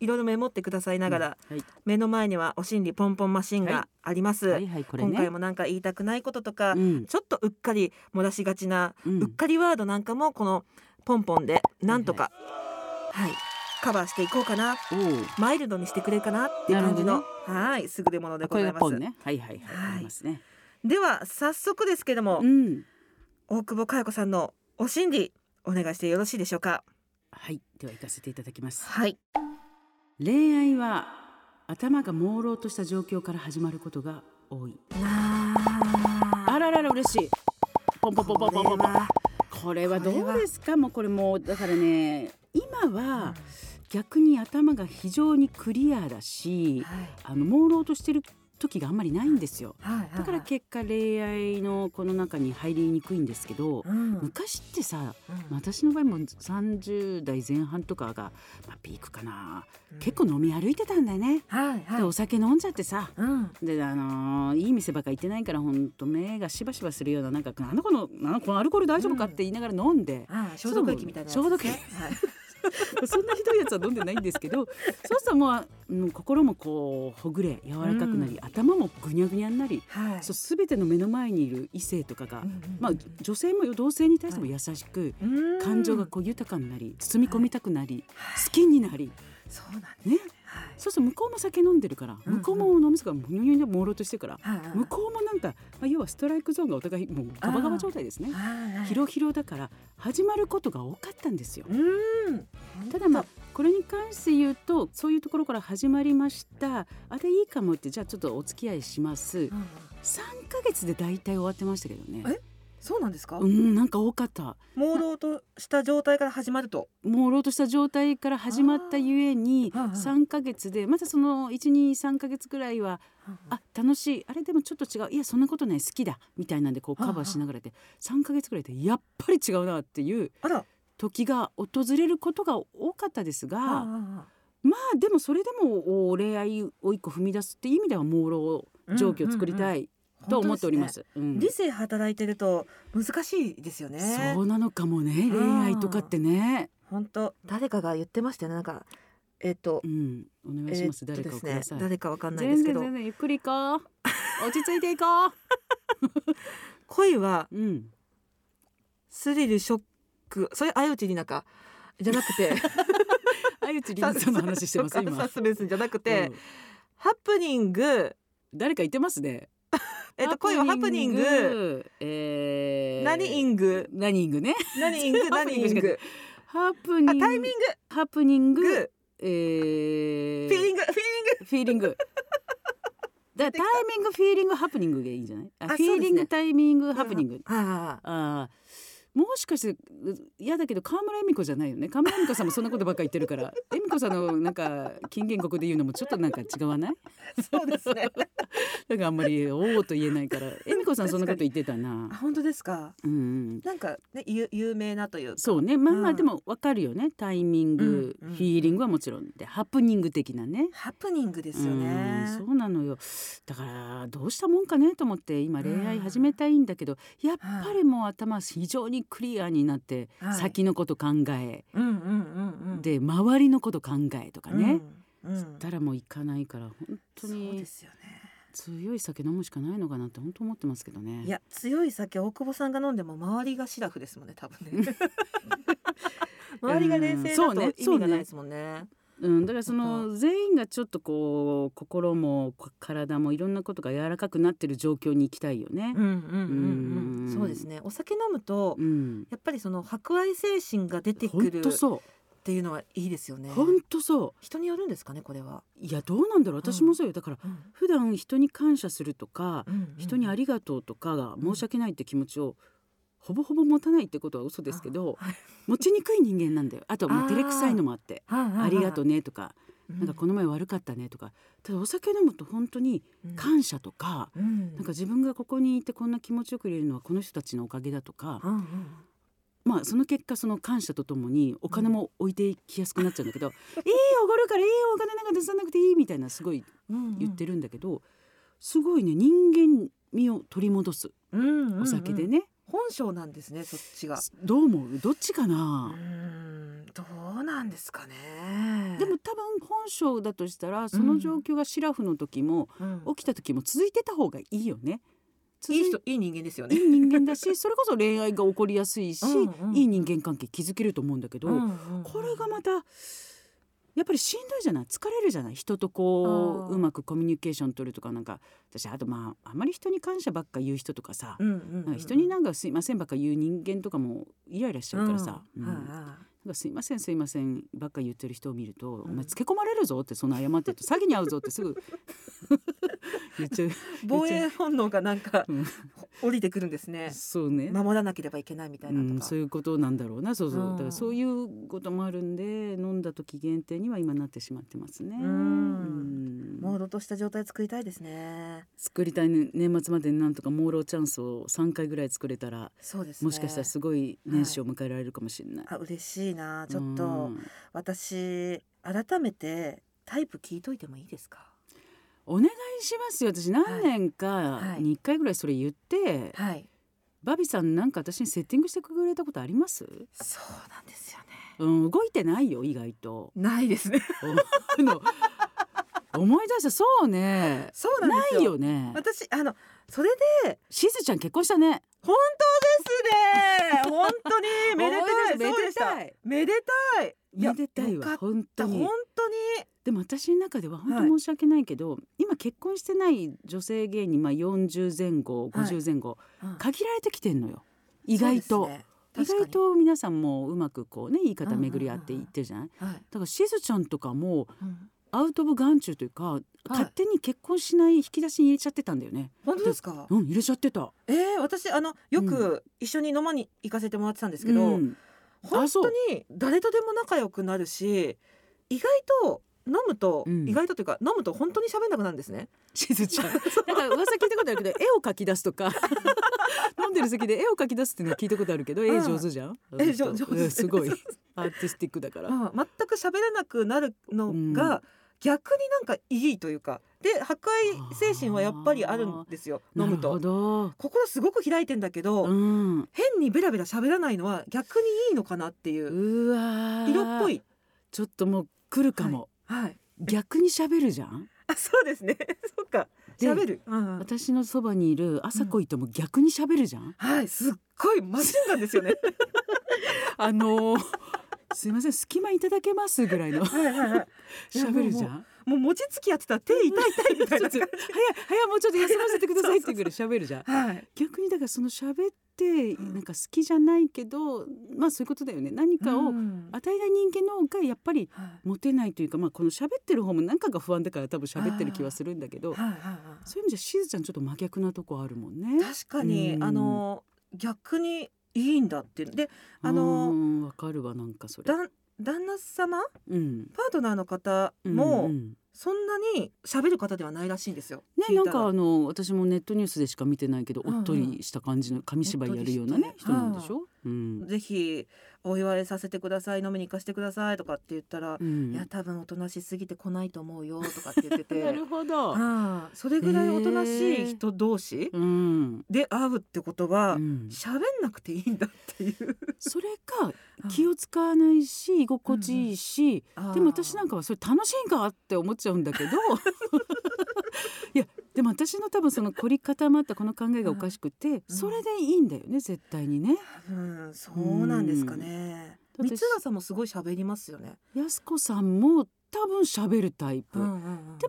[SPEAKER 3] いろいろメモってくださいながら、
[SPEAKER 4] うんはい
[SPEAKER 3] 目の前にはお心理ポンポンマシンがあります、
[SPEAKER 4] はいはいこれね
[SPEAKER 3] 今回もなんか言いたくないこととか、
[SPEAKER 4] うん
[SPEAKER 3] ちょっとうっかり漏らしがちな、
[SPEAKER 4] う
[SPEAKER 3] うんっかりワードなんかもこのポンポンでなんとか、はいカバーしていこうかな
[SPEAKER 4] おう
[SPEAKER 3] マイルドにしてくれるかなっていう感じの、
[SPEAKER 4] なる
[SPEAKER 3] はい優れもので
[SPEAKER 4] こ
[SPEAKER 3] ござ
[SPEAKER 4] れ
[SPEAKER 3] い
[SPEAKER 4] が
[SPEAKER 3] ま
[SPEAKER 4] ポ
[SPEAKER 3] す、
[SPEAKER 4] ンねはいはいはい、
[SPEAKER 3] はい
[SPEAKER 4] ありますね
[SPEAKER 3] では早速ですけども、
[SPEAKER 4] うん
[SPEAKER 3] 大久保佳代子さんのお心理お願いしてよろしいでしょうか
[SPEAKER 4] はいでは行かせていただきます
[SPEAKER 3] はい
[SPEAKER 4] 恋愛は頭が朦朧とした状況から始まることが多い
[SPEAKER 3] な
[SPEAKER 4] あららら嬉しいポンポンポンポンポンポンポン
[SPEAKER 3] は
[SPEAKER 4] これはど
[SPEAKER 3] これ
[SPEAKER 4] う
[SPEAKER 3] は
[SPEAKER 4] ですかもうこれもうだからね今は逆に頭が非常にクリアだし
[SPEAKER 3] はい
[SPEAKER 4] あの朦朧としてる時があんまりないんですよ
[SPEAKER 3] はい
[SPEAKER 4] だから結果恋愛のこの中に入りにくいんですけど
[SPEAKER 3] うん
[SPEAKER 4] 昔ってさ
[SPEAKER 3] うん
[SPEAKER 4] 私の場合も30代前半とかが、まあ、ピークかな
[SPEAKER 3] うん
[SPEAKER 4] 結構飲み歩いてたんだよね。
[SPEAKER 3] はいは
[SPEAKER 4] で
[SPEAKER 3] い
[SPEAKER 4] お酒飲んじゃってさ
[SPEAKER 3] うん
[SPEAKER 4] であのーいい店ばっか行ってないからほんと目がしばしばするようななんかあの子のあの子のアルコール大丈夫かって言いながら飲んで、
[SPEAKER 3] ああ消毒液みたいなやつね
[SPEAKER 4] 消毒液
[SPEAKER 3] はい
[SPEAKER 4] そんなひどいやつは飲んでないんですけどそうするともう、うん心もこうほぐれ柔らかくなり、頭もぐにゃぐにゃになり、
[SPEAKER 3] はい
[SPEAKER 4] そうすべての目の前にいる異性とかが、
[SPEAKER 3] うんうんうん
[SPEAKER 4] まあ、女性も同性に対しても優しく、
[SPEAKER 3] うん
[SPEAKER 4] 感情がこう豊かになり包み込みたくなり、好きになり、
[SPEAKER 3] そうなんだ
[SPEAKER 4] ね、
[SPEAKER 3] はい
[SPEAKER 4] そうすると向こうも酒飲んでるから
[SPEAKER 3] うんうん
[SPEAKER 4] 向こうも飲みすがもにょにょにょ朦朧としてるから。
[SPEAKER 3] はいはい
[SPEAKER 4] 向こうもなんか、まあ、要はストライクゾーンがお互いもうガバガバ状態ですね
[SPEAKER 3] はいはい
[SPEAKER 4] ヒロヒロだから始まることが多かったんですよ
[SPEAKER 3] うん
[SPEAKER 4] ただまあこれに関して言うとそういうところから始まりましたあれいいかもってじゃあちょっとお付き合いします
[SPEAKER 3] うんうん
[SPEAKER 4] 3ヶ月で大体終わってましたけどね
[SPEAKER 3] えそうなんですか
[SPEAKER 4] うんなんか多かった
[SPEAKER 3] 朦朧とした状態から始まると
[SPEAKER 4] 朦朧とした状態から始まったゆえに
[SPEAKER 3] あーうんうん
[SPEAKER 4] 3ヶ月でまたその123ヶ月ぐらいはあ楽しいあれでもちょっと違ういやそんなことない好きだみたいなんでこう
[SPEAKER 3] は
[SPEAKER 4] カ
[SPEAKER 3] あ
[SPEAKER 4] バーしながらで3ヶ月ぐらいでやっぱり違うなっていう
[SPEAKER 3] あら
[SPEAKER 4] 時が訪れることが多かったです
[SPEAKER 3] あ
[SPEAKER 4] が
[SPEAKER 3] あ。
[SPEAKER 4] まあでもそれでもお恋愛を一個踏み出すっていう意味では朦朧状況を作りたいと思っておりますす。う
[SPEAKER 3] 本
[SPEAKER 4] ん
[SPEAKER 3] 当でね理性働いてると難しいですよね。
[SPEAKER 4] そうなのかもね恋愛とかってね。
[SPEAKER 3] 本当誰かが言ってましたよねなんかえっ、と
[SPEAKER 4] う、ん、お願いします、
[SPEAKER 3] えっ
[SPEAKER 4] 誰
[SPEAKER 3] とで
[SPEAKER 4] かを
[SPEAKER 3] す
[SPEAKER 4] く
[SPEAKER 3] ね
[SPEAKER 4] ださい。
[SPEAKER 3] 誰かわかんないで
[SPEAKER 4] 全
[SPEAKER 3] すけ
[SPEAKER 4] 然
[SPEAKER 3] ど
[SPEAKER 4] 全然ゆっくり行こ う。落ち着いていこう。
[SPEAKER 3] 恋は
[SPEAKER 4] うん、
[SPEAKER 3] スリルショックそれ相打ちになんかじゃなく て
[SPEAKER 4] あゆちりんさんの話してます
[SPEAKER 3] とか
[SPEAKER 4] 今
[SPEAKER 3] サ。スペンスじゃなくて、
[SPEAKER 4] うん
[SPEAKER 3] ハプニング
[SPEAKER 4] 誰か言ってますね。
[SPEAKER 3] えっ、と恋はハプニング。
[SPEAKER 4] えー、
[SPEAKER 3] 何イング
[SPEAKER 4] 何イングね。
[SPEAKER 3] 何イ ング
[SPEAKER 4] ハプ
[SPEAKER 3] 何
[SPEAKER 4] ニング
[SPEAKER 3] イン
[SPEAKER 4] しか
[SPEAKER 3] グ
[SPEAKER 4] ハプニン
[SPEAKER 3] あ
[SPEAKER 4] グ。
[SPEAKER 3] タイミン
[SPEAKER 4] ハプニン
[SPEAKER 3] グ
[SPEAKER 4] グ。
[SPEAKER 3] グ
[SPEAKER 4] えー、
[SPEAKER 3] フィーリングフィー
[SPEAKER 4] フィーリン グ。だからタイミングフィーリングハプニングでいいんじゃない？あ
[SPEAKER 3] あ
[SPEAKER 4] フィーリ
[SPEAKER 3] そうです
[SPEAKER 4] ング、
[SPEAKER 3] ね
[SPEAKER 4] タイミング
[SPEAKER 3] リング
[SPEAKER 4] ハプニング。
[SPEAKER 3] ああ
[SPEAKER 4] ああもしかしてう嫌だけど川村恵美子じゃないよね川村恵美子さんもそんなことばっかり言ってるから 恵美子さんのなんか金言国で言うのもちょっとなんか違わない
[SPEAKER 3] そうですね
[SPEAKER 4] なんかあんまり「おお」と言えないから恵美子さんそんなこと言ってた
[SPEAKER 3] あ
[SPEAKER 4] な。
[SPEAKER 3] 本当ですか
[SPEAKER 4] うんうん、
[SPEAKER 3] なんかね有有名なという
[SPEAKER 4] そうねまあま
[SPEAKER 3] う
[SPEAKER 4] あ
[SPEAKER 3] ん
[SPEAKER 4] でもわかるよねタイミング、
[SPEAKER 3] うんうん
[SPEAKER 4] フィーリングはもちろんでハプニング的なね。
[SPEAKER 3] ハプニングですよね
[SPEAKER 4] うんそうなのよだからどうしたもんかねと思って今恋愛始めたいんだけど、やっぱりもう頭非常にクリアになって、
[SPEAKER 3] はい
[SPEAKER 4] 先のこと考え、
[SPEAKER 3] うんうんうんうん
[SPEAKER 4] で周りのこと考えとかね、
[SPEAKER 3] うんうん
[SPEAKER 4] だからもう行かないから本当
[SPEAKER 3] そうで
[SPEAKER 4] に
[SPEAKER 3] すよね
[SPEAKER 4] 強い酒飲むしかないのかなって本当思ってますけどね
[SPEAKER 3] いや強い酒大久保さんが飲んでも周りがシラフですもんね多分ね 周りが冷静
[SPEAKER 4] そ
[SPEAKER 3] だ
[SPEAKER 4] う
[SPEAKER 3] と
[SPEAKER 4] ね
[SPEAKER 3] 意味がないですもんね
[SPEAKER 4] うん、だからその全員がちょっとこう心もこ体もいろんなことが柔らかくなってる状況に行きたいよね
[SPEAKER 3] うん。うんうんう
[SPEAKER 4] うんん
[SPEAKER 3] そうですねお酒飲むと
[SPEAKER 4] うん、
[SPEAKER 3] やっぱりその博愛精神が出てく
[SPEAKER 4] 本
[SPEAKER 3] る
[SPEAKER 4] 当そう
[SPEAKER 3] っていうのはいいですよね
[SPEAKER 4] 本当そう
[SPEAKER 3] 人によるんですかねこれは、
[SPEAKER 4] いやどうなんだろう私もそうよだから普段人に感謝するとか人にあ
[SPEAKER 3] り
[SPEAKER 4] りがとうとかが申し訳ないって気持ちをほぼほぼ持たないってことは嘘ですけど持ちにくい人間なんだよあとはもう照れくさいのもあって「あ
[SPEAKER 3] あ
[SPEAKER 4] りがとう
[SPEAKER 3] ね
[SPEAKER 4] ね」とか「なんかこの前悪かったね」とかただお酒飲むと本当に感謝とか
[SPEAKER 3] うん
[SPEAKER 4] なんか自分がここにいてこんな気持ちよくいれるのはこの人たちのおかげだとかまあその結果その感謝とともにお金も置いていきやすくなっちゃうんだけ ど「いいおごるからいいお金なんか出さなくていい」みたいなすごい言って
[SPEAKER 3] る
[SPEAKER 4] るんだけどすごいね人間味を取り戻すお酒でね
[SPEAKER 3] 本性なんですねそっちが
[SPEAKER 4] どう思うどっちか
[SPEAKER 3] う
[SPEAKER 4] な
[SPEAKER 3] ーんどうなんですかね
[SPEAKER 4] でも多分本性だとしたらその状況がシラフの時も
[SPEAKER 3] うん
[SPEAKER 4] 起きた時も続いてた方がいいよね。続
[SPEAKER 3] い
[SPEAKER 4] い
[SPEAKER 3] い人いい人間ですよ
[SPEAKER 4] い
[SPEAKER 3] ね
[SPEAKER 4] い人間だ しそれこそ恋愛が起こりやすいし、
[SPEAKER 3] うんうん
[SPEAKER 4] いい人間関係築けると思うんだけど、
[SPEAKER 3] うんうん
[SPEAKER 4] これがまたやっぱりしんどいじゃない疲れるじゃない人とこ
[SPEAKER 3] あー
[SPEAKER 4] ううまくコミュニケーション取るとかなんか私あとまああまり人に感謝ばっか言う人とかさ、
[SPEAKER 3] うんうん
[SPEAKER 4] なんか人になんか「すいません」ばっか言う人間とかもイライラしちゃうからさ「
[SPEAKER 3] うん
[SPEAKER 4] うんなん
[SPEAKER 3] あ
[SPEAKER 4] かすいませんすいません」ばっか言ってる人を見ると「
[SPEAKER 3] ん
[SPEAKER 4] お前つけ込まれるぞ」ってその謝ってると「詐欺に遭うぞ」ってすぐ 言っちゃう
[SPEAKER 3] あ防衛本能がなんか
[SPEAKER 4] うん
[SPEAKER 3] 降りてくるんですね
[SPEAKER 4] そうね。
[SPEAKER 3] 守らなければいけないみたいうなと
[SPEAKER 4] ん、
[SPEAKER 3] か
[SPEAKER 4] そういうことなんだろうなそうそう、
[SPEAKER 3] うん
[SPEAKER 4] だからそういうこともあるんで飲んだ時限定には今なってしまってますね。
[SPEAKER 3] うん
[SPEAKER 4] うん
[SPEAKER 3] モードとした状態作りたいですね
[SPEAKER 4] 作りたい、ね、年末までになんとか朦朧チャンスを3回ぐらい作れたら、
[SPEAKER 3] そうですね
[SPEAKER 4] もしかしたらすごい年始を迎えられるかもしれない。
[SPEAKER 3] あ嬉しいなち
[SPEAKER 4] う
[SPEAKER 3] ょっ
[SPEAKER 4] ん
[SPEAKER 3] と私改めてタイプ聞いといてもいいですか
[SPEAKER 4] お願いしますよ私何年か
[SPEAKER 3] はい
[SPEAKER 4] に1回ぐらいそれ言って、
[SPEAKER 3] はい
[SPEAKER 4] バビさんなんか私にセッティングしてくれたことあります、
[SPEAKER 3] そうなんですよね
[SPEAKER 4] うん、動いてないよ意外と
[SPEAKER 3] ないですね
[SPEAKER 4] あの思い出したそうね
[SPEAKER 3] そうなんで
[SPEAKER 4] な
[SPEAKER 3] すよ
[SPEAKER 4] いよね
[SPEAKER 3] 私あのそれで
[SPEAKER 4] しずちゃん結婚したね
[SPEAKER 3] 本当ですね本当に めでたい
[SPEAKER 4] 覚えてる
[SPEAKER 3] そうでした
[SPEAKER 4] めでたい
[SPEAKER 3] めでたいいや
[SPEAKER 4] めでたい
[SPEAKER 3] よか
[SPEAKER 4] わ
[SPEAKER 3] っ
[SPEAKER 4] 本当
[SPEAKER 3] た
[SPEAKER 4] に
[SPEAKER 3] 本当に
[SPEAKER 4] でも私の中では本
[SPEAKER 3] はい
[SPEAKER 4] 当申し訳ないけど、今結婚してない女性芸人、まあ、40前後
[SPEAKER 3] はい
[SPEAKER 4] 50前後、
[SPEAKER 3] うん
[SPEAKER 4] 限られてきてんのよ意外と、
[SPEAKER 3] そう
[SPEAKER 4] 意
[SPEAKER 3] ですね
[SPEAKER 4] 外
[SPEAKER 3] 確
[SPEAKER 4] と皆さんもうまくこうね言い方
[SPEAKER 3] うんうんうんうん
[SPEAKER 4] 巡り合っていってるじゃない、
[SPEAKER 3] かには
[SPEAKER 4] だ
[SPEAKER 3] い
[SPEAKER 4] からしずちゃんとかも
[SPEAKER 3] うん
[SPEAKER 4] アウト・オブ・眼中というか、勝手に結婚しない引き出しに入れちゃってたんだよね
[SPEAKER 3] 本当ですか
[SPEAKER 4] うん入れちゃってた
[SPEAKER 3] えー、私あのよく一緒に飲まに行かせてもらってたんですけど、
[SPEAKER 4] うん
[SPEAKER 3] 本
[SPEAKER 4] あそ
[SPEAKER 3] 当
[SPEAKER 4] う
[SPEAKER 3] に誰とでも仲良くなるし意外と飲むと、
[SPEAKER 4] うん
[SPEAKER 3] 意外とというか飲むと本当に喋んなくなるんですね
[SPEAKER 4] しずち ゃんなんか噂聞いたことあるけど絵を描き出すと か飲んでる席で絵を描き出すっていうのは聞いたことあるけど
[SPEAKER 3] ん
[SPEAKER 4] 絵上手じゃん
[SPEAKER 3] 絵
[SPEAKER 4] あの人
[SPEAKER 3] 上上手
[SPEAKER 4] うんすごいアーティスティックだから
[SPEAKER 3] うん全く喋れなくなるのが、
[SPEAKER 4] うん
[SPEAKER 3] 逆になんかいいというかで破壊精神はやっぱりあるんですよ飲
[SPEAKER 4] なる
[SPEAKER 3] む
[SPEAKER 4] ほ
[SPEAKER 3] と
[SPEAKER 4] ど
[SPEAKER 3] 心すごく開いてんだけど、
[SPEAKER 4] うんう
[SPEAKER 3] 変にベラベラ喋らないのは逆にいいのかなっていう
[SPEAKER 4] わー
[SPEAKER 3] 色っぽい
[SPEAKER 4] ちょっともう来るかも、
[SPEAKER 3] はい
[SPEAKER 4] 逆に喋るじゃん
[SPEAKER 3] あそうですね そっか
[SPEAKER 4] で
[SPEAKER 3] 喋る、うんうん
[SPEAKER 4] 私のそばにいる朝子いとも逆に喋るじゃん、
[SPEAKER 3] はいすっごいマシンガンで すよね
[SPEAKER 4] あのーすいません隙間いただけますぐらいの
[SPEAKER 3] はいはいはい
[SPEAKER 4] 喋るじゃん
[SPEAKER 3] もう餅つきやってたら手痛い痛いみたい
[SPEAKER 4] ちょ
[SPEAKER 3] な
[SPEAKER 4] っと早い早いもうちょっと休ませてくださいってぐらい喋るじゃん
[SPEAKER 3] はい
[SPEAKER 4] 逆にだからその喋って
[SPEAKER 3] うん
[SPEAKER 4] なんか好きじゃないけど、まあそういうことだよね何かを
[SPEAKER 3] うん
[SPEAKER 4] 与えない人間の方がやっぱり
[SPEAKER 3] は
[SPEAKER 4] モテないというか、まあ、この喋ってる方も何かが不安だから多分喋ってる気はするんだけ
[SPEAKER 3] い
[SPEAKER 4] ど
[SPEAKER 3] はいはいは
[SPEAKER 4] そういう意味じゃしずちゃんちょっと真逆なとこあるもんね
[SPEAKER 3] い。確かに
[SPEAKER 4] うん
[SPEAKER 3] あの逆にいいんだっていうであの
[SPEAKER 4] うんわかるわなんかそれ。
[SPEAKER 3] だん旦那様
[SPEAKER 4] うん、
[SPEAKER 3] パートナーの方
[SPEAKER 4] う
[SPEAKER 3] も
[SPEAKER 4] んうん
[SPEAKER 3] そんなに喋る方ではないらしいんですよ。
[SPEAKER 4] ね、
[SPEAKER 3] 聞
[SPEAKER 4] ないん
[SPEAKER 3] たら
[SPEAKER 4] かあの私もネットニュースでしか見てないけど、
[SPEAKER 3] うんうん
[SPEAKER 4] おっとりした感じの紙芝居やるような
[SPEAKER 3] おっ
[SPEAKER 4] ね
[SPEAKER 3] とりして
[SPEAKER 4] 人なんでしょ、うん
[SPEAKER 3] ぜひお祝いさせてください飲みに行かせてくださいとかって言ったら、
[SPEAKER 4] うん
[SPEAKER 3] いや多分おとなしすぎて来ないと思うよとかって言って
[SPEAKER 4] な
[SPEAKER 3] て
[SPEAKER 4] るほど、
[SPEAKER 3] ああそれぐらいおとなしい人同士
[SPEAKER 4] うん
[SPEAKER 3] で会うってことは
[SPEAKER 4] うん、
[SPEAKER 3] 喋んなくていいんだっていう
[SPEAKER 4] それか気を使わないし居心地いいし、でも私なん
[SPEAKER 3] か
[SPEAKER 4] かはそれ楽しいんかって思っちゃうんだ けどいやでも私の多分その凝り固まったこの考えがおかしくて、それでいいんだよね絶対にね。
[SPEAKER 3] 多分そうなんですかね
[SPEAKER 4] うん
[SPEAKER 3] 三浦さんもすごい喋りますよね
[SPEAKER 4] やす子さんも多分喋るタイプ、で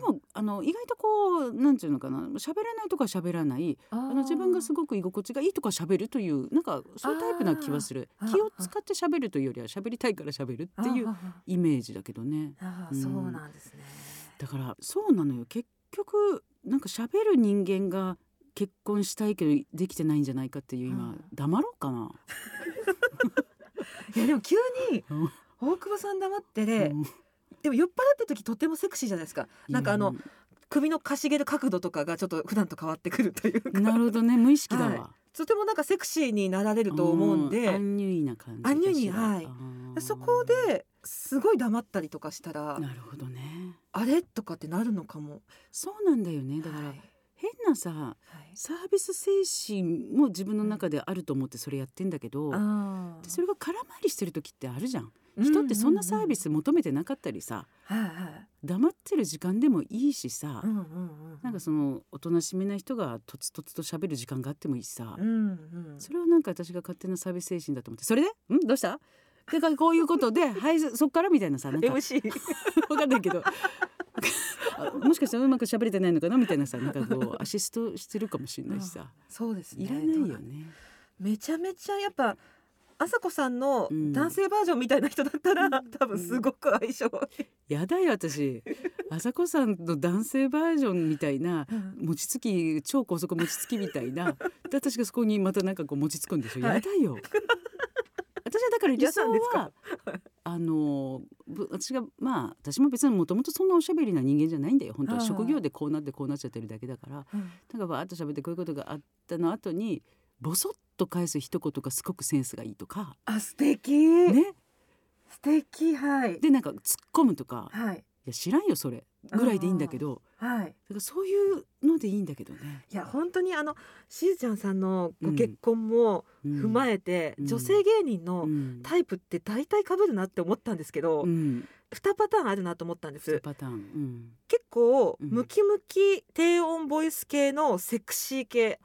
[SPEAKER 3] でも
[SPEAKER 4] もあの意外とこうなんていうのかな喋らないとか喋らない
[SPEAKER 3] あ
[SPEAKER 4] あの自分がす
[SPEAKER 3] ご
[SPEAKER 4] ごく居心地がいいとか喋るというなんかそういうタイプな気はする
[SPEAKER 3] あー
[SPEAKER 4] 気を使って喋るというよりは喋りたいから喋るっていう
[SPEAKER 3] あ
[SPEAKER 4] イメージだけどね
[SPEAKER 3] あ
[SPEAKER 4] うん
[SPEAKER 3] そうなんですね、
[SPEAKER 4] だからそうなのよ結局なんか喋る人間が結婚したいけどできてないんじゃないかっていう
[SPEAKER 3] う
[SPEAKER 4] 今
[SPEAKER 3] ん
[SPEAKER 4] 黙ろうかな。
[SPEAKER 3] いやでも急に
[SPEAKER 4] うん
[SPEAKER 3] 大久保さん黙ってで、
[SPEAKER 4] うん
[SPEAKER 3] でも酔っ払った時とってもセクシーじゃないですかなんかあの首のかしげる角度とかがちょっと普段と変わってくるという か
[SPEAKER 4] なるほどね無意識だわ、
[SPEAKER 3] はいとてもなんかセクシーになられると思うんで、
[SPEAKER 4] アンニュイな感じかしら
[SPEAKER 3] アンニュイはい
[SPEAKER 4] あー
[SPEAKER 3] そこですごい黙ったりとかしたら
[SPEAKER 4] なるほどね
[SPEAKER 3] あれとかってなるのかも。
[SPEAKER 4] そうなんだよねだから、
[SPEAKER 3] はい
[SPEAKER 4] 変なさ
[SPEAKER 3] はい
[SPEAKER 4] サービス精神も自分の中であると思ってそれやってんだけど、
[SPEAKER 3] あ
[SPEAKER 4] で
[SPEAKER 3] ー
[SPEAKER 4] それが空回りしてる時ってあるじゃん人ってそんなサービ、ス求めてなかったりさ
[SPEAKER 3] うんうんうんはいはい
[SPEAKER 4] 黙ってる時間でもいいしさ、
[SPEAKER 3] うんうんうん、
[SPEAKER 4] なんかそのおとなしめな人がとつとつと喋る時間があってもいいしさ、
[SPEAKER 3] うんうん、
[SPEAKER 4] それはなんか私が勝手なサービス精神だと思ってそれで「んどうした?」でかこういうこと で「はいそそっから」みたいなさなんか
[SPEAKER 3] MC
[SPEAKER 4] わかんないけど。 あもしかしたらうまく喋れてないのかなみたいなさなんかこうアシストしてるかもしれないしさ
[SPEAKER 3] そうですね
[SPEAKER 4] いらないよね。
[SPEAKER 3] めちゃめちゃやっぱ朝子さんの
[SPEAKER 4] うん
[SPEAKER 3] 男性バージョンみたいな人だったら、多分すごく相性
[SPEAKER 4] やだよ私朝子さんの男性バージョンみたいな餅つき超高速餅つきみたい なで私がそこにまたなんかこう餅つくんでしょ、
[SPEAKER 3] はい
[SPEAKER 4] やだよ私はだ から理想
[SPEAKER 3] 嫌なんです
[SPEAKER 4] は
[SPEAKER 3] か
[SPEAKER 4] あのぶ私がまあ私も別にもともとそんなおしゃべりな人間じゃないんだよ本当は
[SPEAKER 3] ああ
[SPEAKER 4] 職業でこうなってこうなっちゃってるだけだからなんかバーッと喋ってこういうことがあったの後にボソッと返す一言がすごくセンスがいいとか
[SPEAKER 3] あ素敵、
[SPEAKER 4] ね
[SPEAKER 3] 素敵はい
[SPEAKER 4] でなんか突っ込むとか
[SPEAKER 3] はい
[SPEAKER 4] いや知らんよそれぐらいでいいんだけど
[SPEAKER 3] は
[SPEAKER 4] だ
[SPEAKER 3] い
[SPEAKER 4] からそういうのでいいんだけどね。
[SPEAKER 3] いや本当にあのしずちゃんさんのご結婚も踏ま
[SPEAKER 4] え
[SPEAKER 3] えて、
[SPEAKER 4] うん
[SPEAKER 3] 女性芸人の
[SPEAKER 4] イ
[SPEAKER 3] タイプって大体被るなって思ったんですけど、
[SPEAKER 4] うん、
[SPEAKER 3] 2パターンあるなと思ったんです
[SPEAKER 4] 二パターン、うん
[SPEAKER 3] 結構
[SPEAKER 4] うん
[SPEAKER 3] ムキムキ低音ボイス系のセクシー系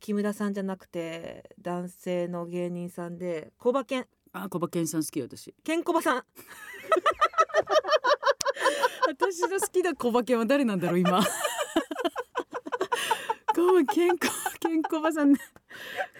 [SPEAKER 3] 木村さんじゃなくて男性の芸人さんでコバケン
[SPEAKER 4] あ小馬健さん好きよ私
[SPEAKER 3] ケンコバさん
[SPEAKER 4] 私の好きな小馬健は誰なんだろう 今ごめん健康健康ばさんね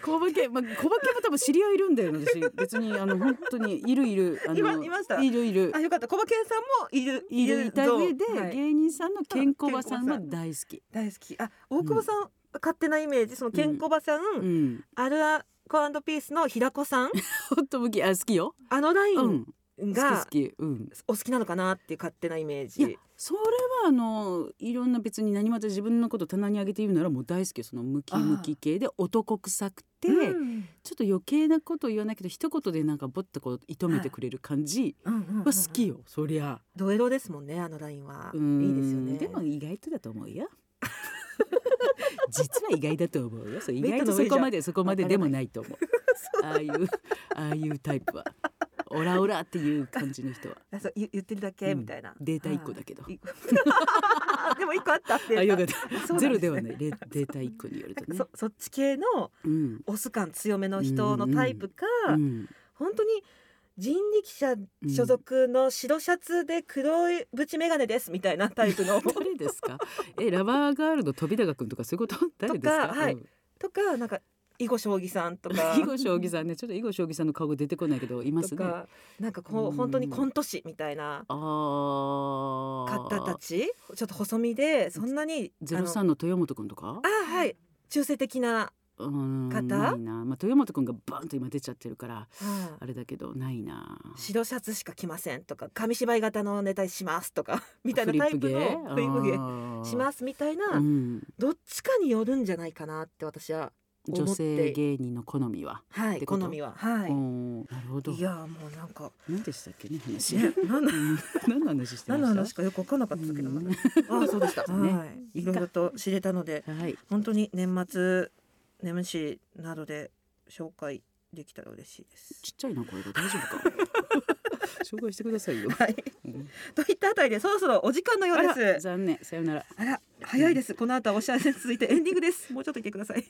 [SPEAKER 4] 小馬健まあ小馬健も多分知り合いいるんだよね私別にあの本当にいるいるあの
[SPEAKER 3] いまいました
[SPEAKER 4] いるいる
[SPEAKER 3] あよかったコバケンさんもいる
[SPEAKER 4] いるいた上で、
[SPEAKER 3] はい
[SPEAKER 4] 芸人さんの健康ばさん
[SPEAKER 3] あ
[SPEAKER 4] は
[SPEAKER 3] 健
[SPEAKER 4] 大好き、
[SPEAKER 3] 大好きあ大久保さん、勝手なイメージそのケンコバさん、
[SPEAKER 4] うん、
[SPEAKER 3] アルアコピースの平子 さん
[SPEAKER 4] ホット向きあ好きよ、
[SPEAKER 3] あのライ
[SPEAKER 4] う
[SPEAKER 3] ン
[SPEAKER 4] ん、好き
[SPEAKER 3] が
[SPEAKER 4] 好きうん
[SPEAKER 3] お好きなのかなっていう勝手なイメー
[SPEAKER 4] いや
[SPEAKER 3] ジ
[SPEAKER 4] それはあのいろんな別に何また自分のこと棚に上げて言うならもう大好きよそのムキムキ系で男臭くて、
[SPEAKER 3] うん
[SPEAKER 4] ちょっと余計なこと言わないけど一言でなんかぼっとこう射止めてくれる感じ
[SPEAKER 3] うんうんうんうん
[SPEAKER 4] は好きよ、そりゃ
[SPEAKER 3] ドエロですもんねあのラインは
[SPEAKER 4] う
[SPEAKER 3] い
[SPEAKER 4] ん
[SPEAKER 3] いですよね
[SPEAKER 4] でも意外とだと思うよ実は意外だと思うよそう意
[SPEAKER 3] ベ
[SPEAKER 4] 外
[SPEAKER 3] ッド
[SPEAKER 4] と
[SPEAKER 3] の
[SPEAKER 4] そ
[SPEAKER 3] 上じゃ
[SPEAKER 4] こまでそこまででもないと思うああいうああいうタイプはオラオラっていう感じの人は
[SPEAKER 3] あそう言言ってるだけ、
[SPEAKER 4] うん
[SPEAKER 3] みたいな
[SPEAKER 4] データ一個だけど
[SPEAKER 3] はいい でも一個あったデータ
[SPEAKER 4] あよかっ
[SPEAKER 3] そ
[SPEAKER 4] た、
[SPEAKER 3] うなんですね
[SPEAKER 4] ゼロではないレデータ一個によるとね
[SPEAKER 3] そそっち系の
[SPEAKER 4] うん
[SPEAKER 3] オス感強めの人のタイプか、
[SPEAKER 4] うん
[SPEAKER 3] 本当に人力車
[SPEAKER 4] うん
[SPEAKER 3] 所属の白シャツで黒いブチメガネですみたいなタイプ の
[SPEAKER 4] 誰ですか。え、ラバーガールの飛高君とか、そういうこと、 誰ですか。
[SPEAKER 3] とかはい
[SPEAKER 4] うん
[SPEAKER 3] とかなんか囲碁将棋さんとか
[SPEAKER 4] 囲碁将棋さんね、ちょっと囲碁将棋さんの顔が出てこないけ ど、います
[SPEAKER 3] と
[SPEAKER 4] ね。あ
[SPEAKER 3] かなんかこう本当にコント師みたいな
[SPEAKER 4] あ
[SPEAKER 3] 方た
[SPEAKER 4] ー。
[SPEAKER 3] ちちょっと細身でそんなに
[SPEAKER 4] ゼ
[SPEAKER 3] あ
[SPEAKER 4] ロ
[SPEAKER 3] の
[SPEAKER 4] 三の豊本君とか
[SPEAKER 3] あ。はい中性的な、
[SPEAKER 4] うーん
[SPEAKER 3] 方
[SPEAKER 4] ないな、まあ、豊本君がバーンと今出ちゃってるから、
[SPEAKER 3] うん
[SPEAKER 4] あれだけど、ないな。。
[SPEAKER 3] 白シャツしか着ませんとか紙芝居型のネタしますとかみたいなタイプのフリップ芸しますすみたいな、
[SPEAKER 4] うん、
[SPEAKER 3] どっちかによるんじゃないかなって私は思って
[SPEAKER 4] 女性芸人の好みは。
[SPEAKER 3] はい
[SPEAKER 4] て
[SPEAKER 3] 好
[SPEAKER 4] こと
[SPEAKER 3] みはは
[SPEAKER 4] お
[SPEAKER 3] い。
[SPEAKER 4] ーなるほど
[SPEAKER 3] い。やもうなんか
[SPEAKER 4] 何でしたっけね、話。
[SPEAKER 3] ね何の
[SPEAKER 4] うん何の話してました。
[SPEAKER 3] 何の話かよく分からなかったけど、
[SPEAKER 4] うん
[SPEAKER 3] ああそうでした。
[SPEAKER 4] ね
[SPEAKER 3] はいいろいろと知れたので
[SPEAKER 4] はい。
[SPEAKER 3] 本当に年末眠しなどで紹介できたら嬉しいです。
[SPEAKER 4] ちっちゃいな声が大丈夫 か。紹介してくださいよ。
[SPEAKER 3] はい、
[SPEAKER 4] うん
[SPEAKER 3] といったあたりでそろそろお時間のようです。
[SPEAKER 4] 残念。さよなら。
[SPEAKER 3] あら早いです。この後はお知らせに続いてエンディングです。もうちょっといてください。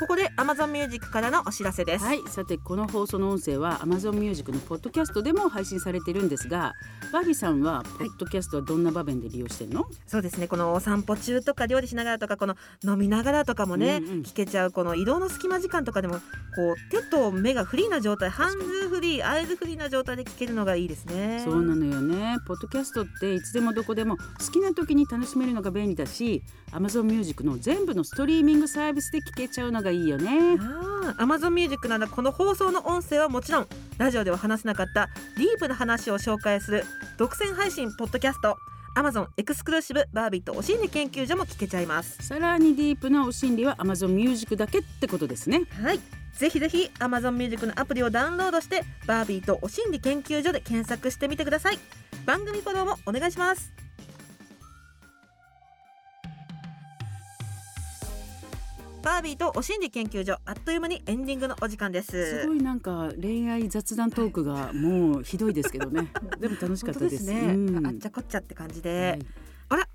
[SPEAKER 3] ここで Amazon Music からのお知らせです、
[SPEAKER 4] はいさてこの放送の音声は Amazon Music のポッドキャストでも配信されてるんですがバービーさんはポッドキャストはどんな場面で利用してるの、
[SPEAKER 3] そうですねこのお散歩中とか料理しながらとかこの飲みながらとかもね、
[SPEAKER 4] うんうん
[SPEAKER 3] 聞けちゃうこの移動の隙間時間とかでもこう手と目がフリーな状態ハンズフリーアイズフリーな状態で聞けるのがいいですね
[SPEAKER 4] そうなのよねポッドキャストっていつでもどこでも好きな時に楽しめるのが便利だし Amazon Music の全部のストリーミングサービスで聴けちゃうのがいいよね
[SPEAKER 3] あー Amazon Music ならこの放送の音声はもちろんラジオでは話せなかったディープな話を紹介する独占配信ポッドキャスト Amazon エクスクルーシブバービーとお心理研究所も聞けちゃいます
[SPEAKER 4] さらにディープなお心理は Amazon Music だけってことですね
[SPEAKER 3] はいぜひぜひ Amazon Music のアプリをダウンロードしてバービーとお心理研究所で検索してみてください番組フォローもお願いしますバービーとお心理研究所あっという間にエンディングのお時間です
[SPEAKER 4] すごいなんか恋愛雑談トークがもうひどいですけど ねでも楽しかった
[SPEAKER 3] 本当
[SPEAKER 4] で
[SPEAKER 3] ですすね、
[SPEAKER 4] うん
[SPEAKER 3] あっちゃこっちゃって感じ
[SPEAKER 4] は
[SPEAKER 3] で
[SPEAKER 4] い、
[SPEAKER 3] ラ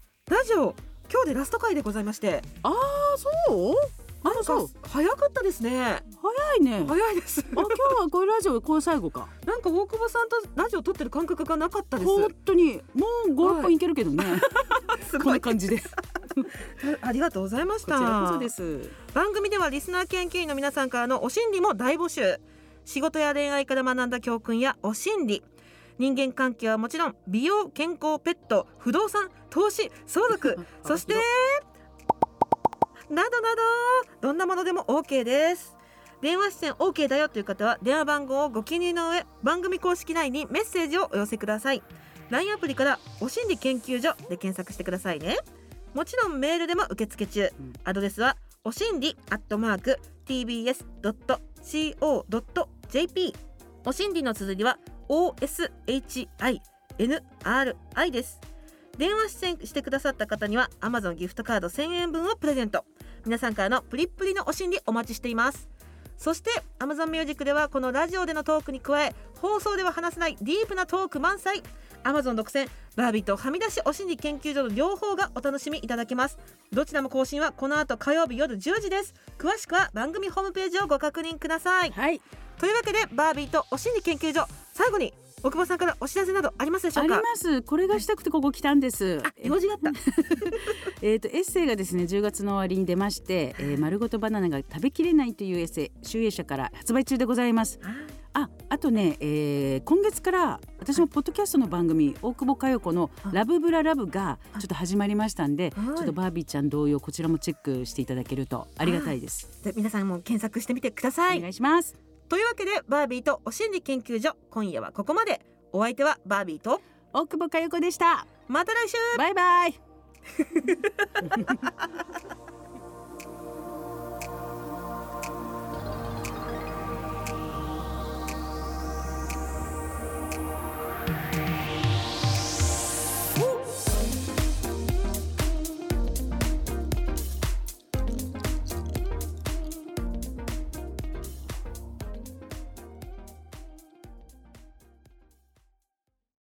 [SPEAKER 3] ジオ今日でラスト回でございまして
[SPEAKER 4] あーそう
[SPEAKER 3] なん
[SPEAKER 4] あそう
[SPEAKER 3] か早かったですね
[SPEAKER 4] 早いねあ
[SPEAKER 3] 早いです
[SPEAKER 4] 今日はこれラジオこれ最後か
[SPEAKER 3] なんか大久保さんとラジオ撮ってる感覚がなかったです
[SPEAKER 4] 本当にもう
[SPEAKER 3] は
[SPEAKER 4] 56
[SPEAKER 3] い
[SPEAKER 4] 分いけるけど ね、こ
[SPEAKER 3] す
[SPEAKER 4] ん
[SPEAKER 3] ご
[SPEAKER 4] ない感じでこ
[SPEAKER 3] ありがとうございまし
[SPEAKER 4] ち
[SPEAKER 3] た
[SPEAKER 4] らこそです
[SPEAKER 3] 番組ではリスナー研究員の皆さんからのお心理も大募集仕事や恋愛から学んだ教訓やお心理人間関係はもちろん美容健康ペット不動産投資相 続そしてなどなどどんなものでも OK です電話出演 OK だよという方は電話番号をご記入の上番組公式 LINE にメッセージをお寄せください LINE アプリから「お心理研究所」で検索してくださいねもちろんメールでも受付中
[SPEAKER 4] うん
[SPEAKER 3] アドレスはお心理アットマーク tbs.co.jp お心理の綴りは oshinri です電話出演してくださった方には Amazon ギフトカード1000円分をプレゼント皆さんからのプリップリのお心理お待ちしていますそして Amazon Music ではこのラジオでのトークに加え放送では話せないディープなトーク満載 Amazon 独占バービーとはみ出しお心理研究所の両方がお楽しみいただけますどちらも更新はこの後火曜日夜10時です詳しくは番組ホームページをご確認ください
[SPEAKER 4] はい
[SPEAKER 3] というわけでバービーとお心理研究所最後に大久保さんからお知らせなどありますでし
[SPEAKER 4] あ
[SPEAKER 3] ょう
[SPEAKER 4] り
[SPEAKER 3] か
[SPEAKER 4] ますこれがしたくてここ来たんです
[SPEAKER 3] あ用事があった
[SPEAKER 4] えー、とエッセイがですね10月の終わりに出まして「えー、丸ごとバナナが食べきれない」というエッセイ集英社から発売中でございます。ああとね、えー今月から私もポッドキャストの番組「大久保佳代子の
[SPEAKER 3] はい
[SPEAKER 4] ラブブララブ」がちょっと始まりましたんで、
[SPEAKER 3] はい
[SPEAKER 4] ちょっとバービーちゃん同様こちらもチェックしていただけるとありがたいです。
[SPEAKER 3] で皆さんも検索してみてくださ
[SPEAKER 4] お
[SPEAKER 3] い
[SPEAKER 4] 願いします
[SPEAKER 3] というわけでバービーとお心理研究所今夜はここまでお相手はバービーと
[SPEAKER 4] 大久保佳代子でした
[SPEAKER 3] また来週
[SPEAKER 4] バイバイ